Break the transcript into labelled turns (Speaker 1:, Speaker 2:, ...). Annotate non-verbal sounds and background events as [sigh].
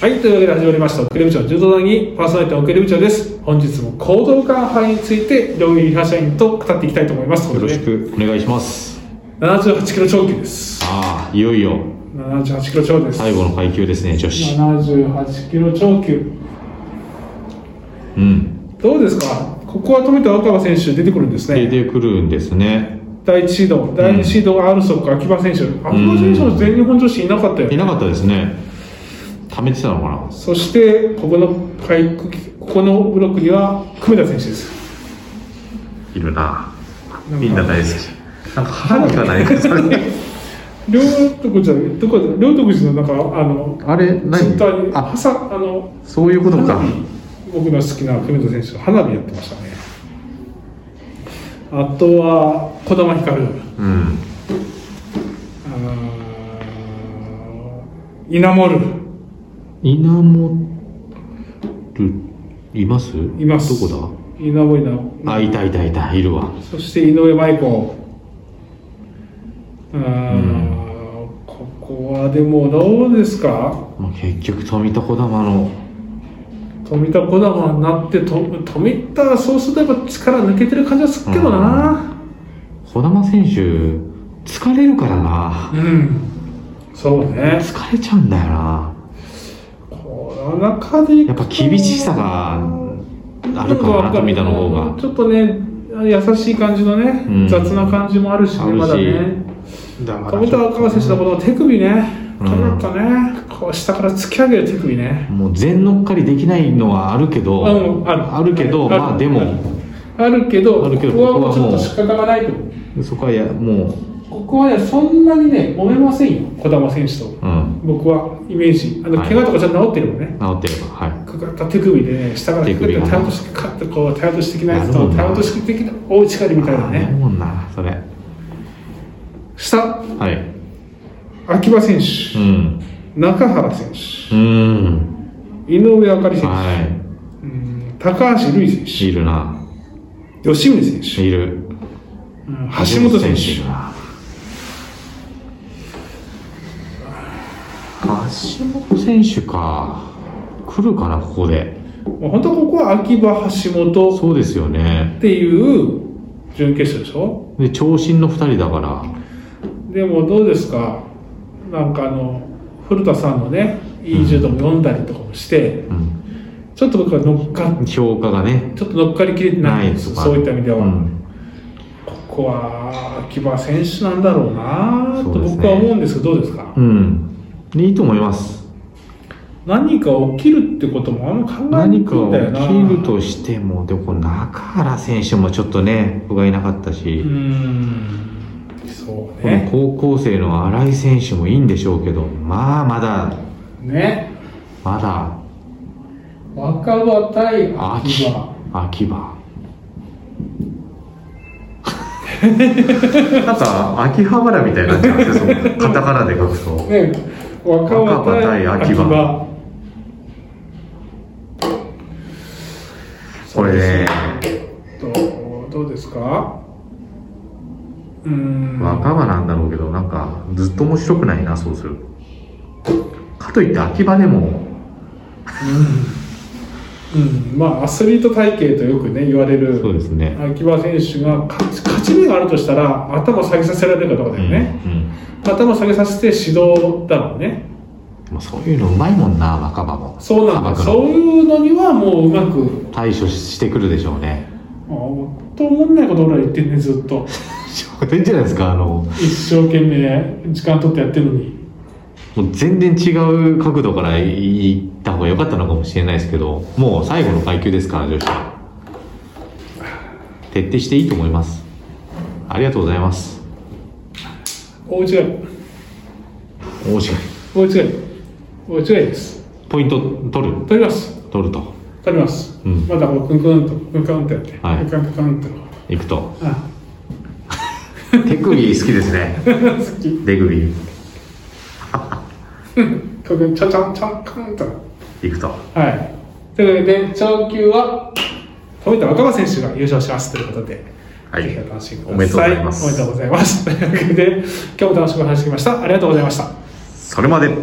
Speaker 1: はい、というわけで始まりました、送り部長柔道談義、パーソナリティの送り部長です。本日も行動感派について、両リハ社員と語っていきたいと思います。
Speaker 2: よろしくお願いします。
Speaker 1: 78キロ超級です。
Speaker 2: ああ、いよいよ
Speaker 1: 78キロ超です。
Speaker 2: 最後の階級ですね、女子。
Speaker 1: 78キロ超級。
Speaker 2: うん。
Speaker 1: どうですかここは富田若葉選手出てくるんですね。
Speaker 2: 出てくるんですね。
Speaker 1: 第1シード、第2シードがアルソック、秋葉選手。秋葉選手も全日本女子いなかったよ
Speaker 2: い
Speaker 1: ね。
Speaker 2: なかったですね。溜めてたのかな
Speaker 1: そして、ここの回、ここのブロックには、久米田選手です。
Speaker 2: いるな。
Speaker 1: んか
Speaker 2: みんな大好き。なんか腹がないか、それ。
Speaker 1: 両徳じゃない、どこだ両徳寺のなんか、あの、
Speaker 2: [laughs] あれ、
Speaker 1: ツイッターに、
Speaker 2: 何
Speaker 1: は
Speaker 2: あ、
Speaker 1: さ、あの、
Speaker 2: そういうことか
Speaker 1: 花。火僕の好きな久米田選手の花火やってましたね。あとは、児玉ひかる。
Speaker 2: うん。
Speaker 1: あーイナモル
Speaker 2: 稲本る、います
Speaker 1: います
Speaker 2: どこ
Speaker 1: イナモル
Speaker 2: だあ、いたいたいた、いるわ。
Speaker 1: そして井上舞子あー、ここはでもどうですか
Speaker 2: まあ、結局、富田児玉の、
Speaker 1: 富田児玉になってと富田そうすれば力抜けてる感じはするけどな
Speaker 2: 児玉選手、疲れるからな。
Speaker 1: うん、そうね
Speaker 2: 疲れちゃうんだよな。
Speaker 1: この中でいく
Speaker 2: やっ
Speaker 1: と
Speaker 2: ぱ厳しさがあるかな、富田の方が。
Speaker 1: ちょっとね優しい感じのね、
Speaker 2: うん
Speaker 1: 雑な感じもあるしね
Speaker 2: あるし
Speaker 1: まだね
Speaker 2: だか
Speaker 1: 富田若葉選手のこの手首ね、
Speaker 2: うん
Speaker 1: この後ね、こう下から突き上げる手首ね、
Speaker 2: もう全乗っかりできないのはあるけど、
Speaker 1: うんある
Speaker 2: けど、
Speaker 1: ある
Speaker 2: まあでも、
Speaker 1: あるけど、
Speaker 2: あるけど
Speaker 1: ここはもう
Speaker 2: こ
Speaker 1: ちょ
Speaker 2: こ
Speaker 1: っ
Speaker 2: はも
Speaker 1: と
Speaker 2: う
Speaker 1: 仕方がないと、
Speaker 2: そこはや、も
Speaker 1: ここはね、そんなにね、揉めませんよ、児玉選手と、
Speaker 2: う、うん、
Speaker 1: 僕はイメージ、あの
Speaker 2: はい
Speaker 1: 怪我とかじゃ治ってるもんね、
Speaker 2: 治ってれば、は
Speaker 1: かかった手首でね、下から
Speaker 2: 手首が
Speaker 1: 手落として、カッとこう、手落としてきないやつ
Speaker 2: なる
Speaker 1: と、
Speaker 2: ほど
Speaker 1: 手
Speaker 2: な
Speaker 1: 落として的な大力
Speaker 2: い。
Speaker 1: みたいな
Speaker 2: あー
Speaker 1: ね、
Speaker 2: もんな、それ。
Speaker 1: 下、
Speaker 2: はい。
Speaker 1: 秋葉選
Speaker 2: う
Speaker 1: 手、
Speaker 2: ん。
Speaker 1: 中原選
Speaker 2: うん。
Speaker 1: 手、井上あかり選手、
Speaker 2: は
Speaker 1: うん高橋瑠衣選
Speaker 2: い。いるな。
Speaker 1: 手、吉宗選手、
Speaker 2: いる。
Speaker 1: うん橋本選手。
Speaker 2: いるな。橋本選手か。来るかな、ここで。
Speaker 1: もう本当ここは秋葉橋本
Speaker 2: そうですよね。
Speaker 1: っていう準決勝でしょ
Speaker 2: で長身の2人だから
Speaker 1: でもどうですかなんかあの古田さんのねいい柔道も読んだりとかもして、
Speaker 2: うん、
Speaker 1: ちょっと僕は乗っか
Speaker 2: 評価がね
Speaker 1: ちょっと乗っかりきれてな
Speaker 2: ない
Speaker 1: ん
Speaker 2: い
Speaker 1: です
Speaker 2: とか
Speaker 1: そういった意味では、
Speaker 2: うん
Speaker 1: ここは秋葉選手なんだろうなと
Speaker 2: そうですね
Speaker 1: 僕は思うんですけどどうですか、
Speaker 2: うんでいいと思います
Speaker 1: 何か起きるってこともあんま考えに
Speaker 2: 何か
Speaker 1: くいんだよな
Speaker 2: 起きるとしてもでもこの中原選手もちょっとね不甲斐なかった
Speaker 1: う
Speaker 2: し、
Speaker 1: んそう
Speaker 2: この
Speaker 1: ね
Speaker 2: 高校生の新井選手もいいんでしょうけどまあまだ
Speaker 1: ね
Speaker 2: まだ
Speaker 1: 若葉対秋葉
Speaker 2: 秋秋
Speaker 1: [laughs]
Speaker 2: 葉なんか秋葉原みたいになっちゃうんですよカタカナで書くと
Speaker 1: ね、若葉対秋
Speaker 2: 若葉対秋
Speaker 1: 葉
Speaker 2: 葉。これね
Speaker 1: どうどうですかうーん。
Speaker 2: 若葉なんだろうけどなんかずっと面白くないなそうするとかといって秋葉でも
Speaker 1: うん、まあ、アスリート体系とよくね、言われ
Speaker 2: そう
Speaker 1: る
Speaker 2: ですね
Speaker 1: 秋葉選手が勝ち勝ち目があるとしたら、頭下げさせられるかどうかだよね。
Speaker 2: うんうん
Speaker 1: 頭下げさせて指導だろうね。
Speaker 2: まあそういうのうまいもんな若葉も
Speaker 1: そうなんだ。
Speaker 2: 鎌倉
Speaker 1: そういうのにはもううまく、
Speaker 2: 対処してくるでしょうね
Speaker 1: あ
Speaker 2: [laughs]
Speaker 1: もっと思んないこと俺ら言ってんね、ずっと。
Speaker 2: しょうがないんじゃないですかあのも
Speaker 1: 一生懸命時間取ってやってるのに。
Speaker 2: う全然違う角度からいった方が良かったのかもしれないですけどもう最後の階級ですから女子は徹底していいと思いますありがとうございます
Speaker 1: 大違い。
Speaker 2: 面白い
Speaker 1: 大違い。大違いです。
Speaker 2: ポイント取る
Speaker 1: 取ります。
Speaker 2: 取ると
Speaker 1: 取ります。
Speaker 2: うん
Speaker 1: まだこう、クンクンと、クンカンとやって。
Speaker 2: は
Speaker 1: ク
Speaker 2: い
Speaker 1: ンカンクンカンと。
Speaker 2: いくと
Speaker 1: あ、
Speaker 2: [laughs] 手首好きですね
Speaker 1: 好き。
Speaker 2: 手首
Speaker 1: ここ、ちょちょんちょんカンと。
Speaker 2: いくと
Speaker 1: はい。ということで、超級は、富田若葉選手が優勝しますということで、
Speaker 2: はい
Speaker 1: ぜひお楽しみください。
Speaker 2: おめでとうございます
Speaker 1: おめでとうございます。というわけで、今日も楽しくお話しできました。ありがとうございました。
Speaker 2: それまで